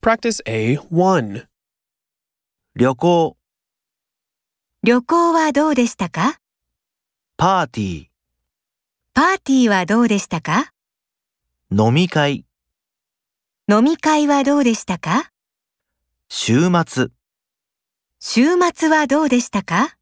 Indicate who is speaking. Speaker 1: Practice A1.
Speaker 2: 旅行、
Speaker 3: 旅行はどうでしたか
Speaker 2: パーティ
Speaker 3: パーティーはどうでしたか
Speaker 2: ー、飲み会、
Speaker 3: 飲み会はどうでしたか
Speaker 2: 週末。
Speaker 3: 週末はどうでしたか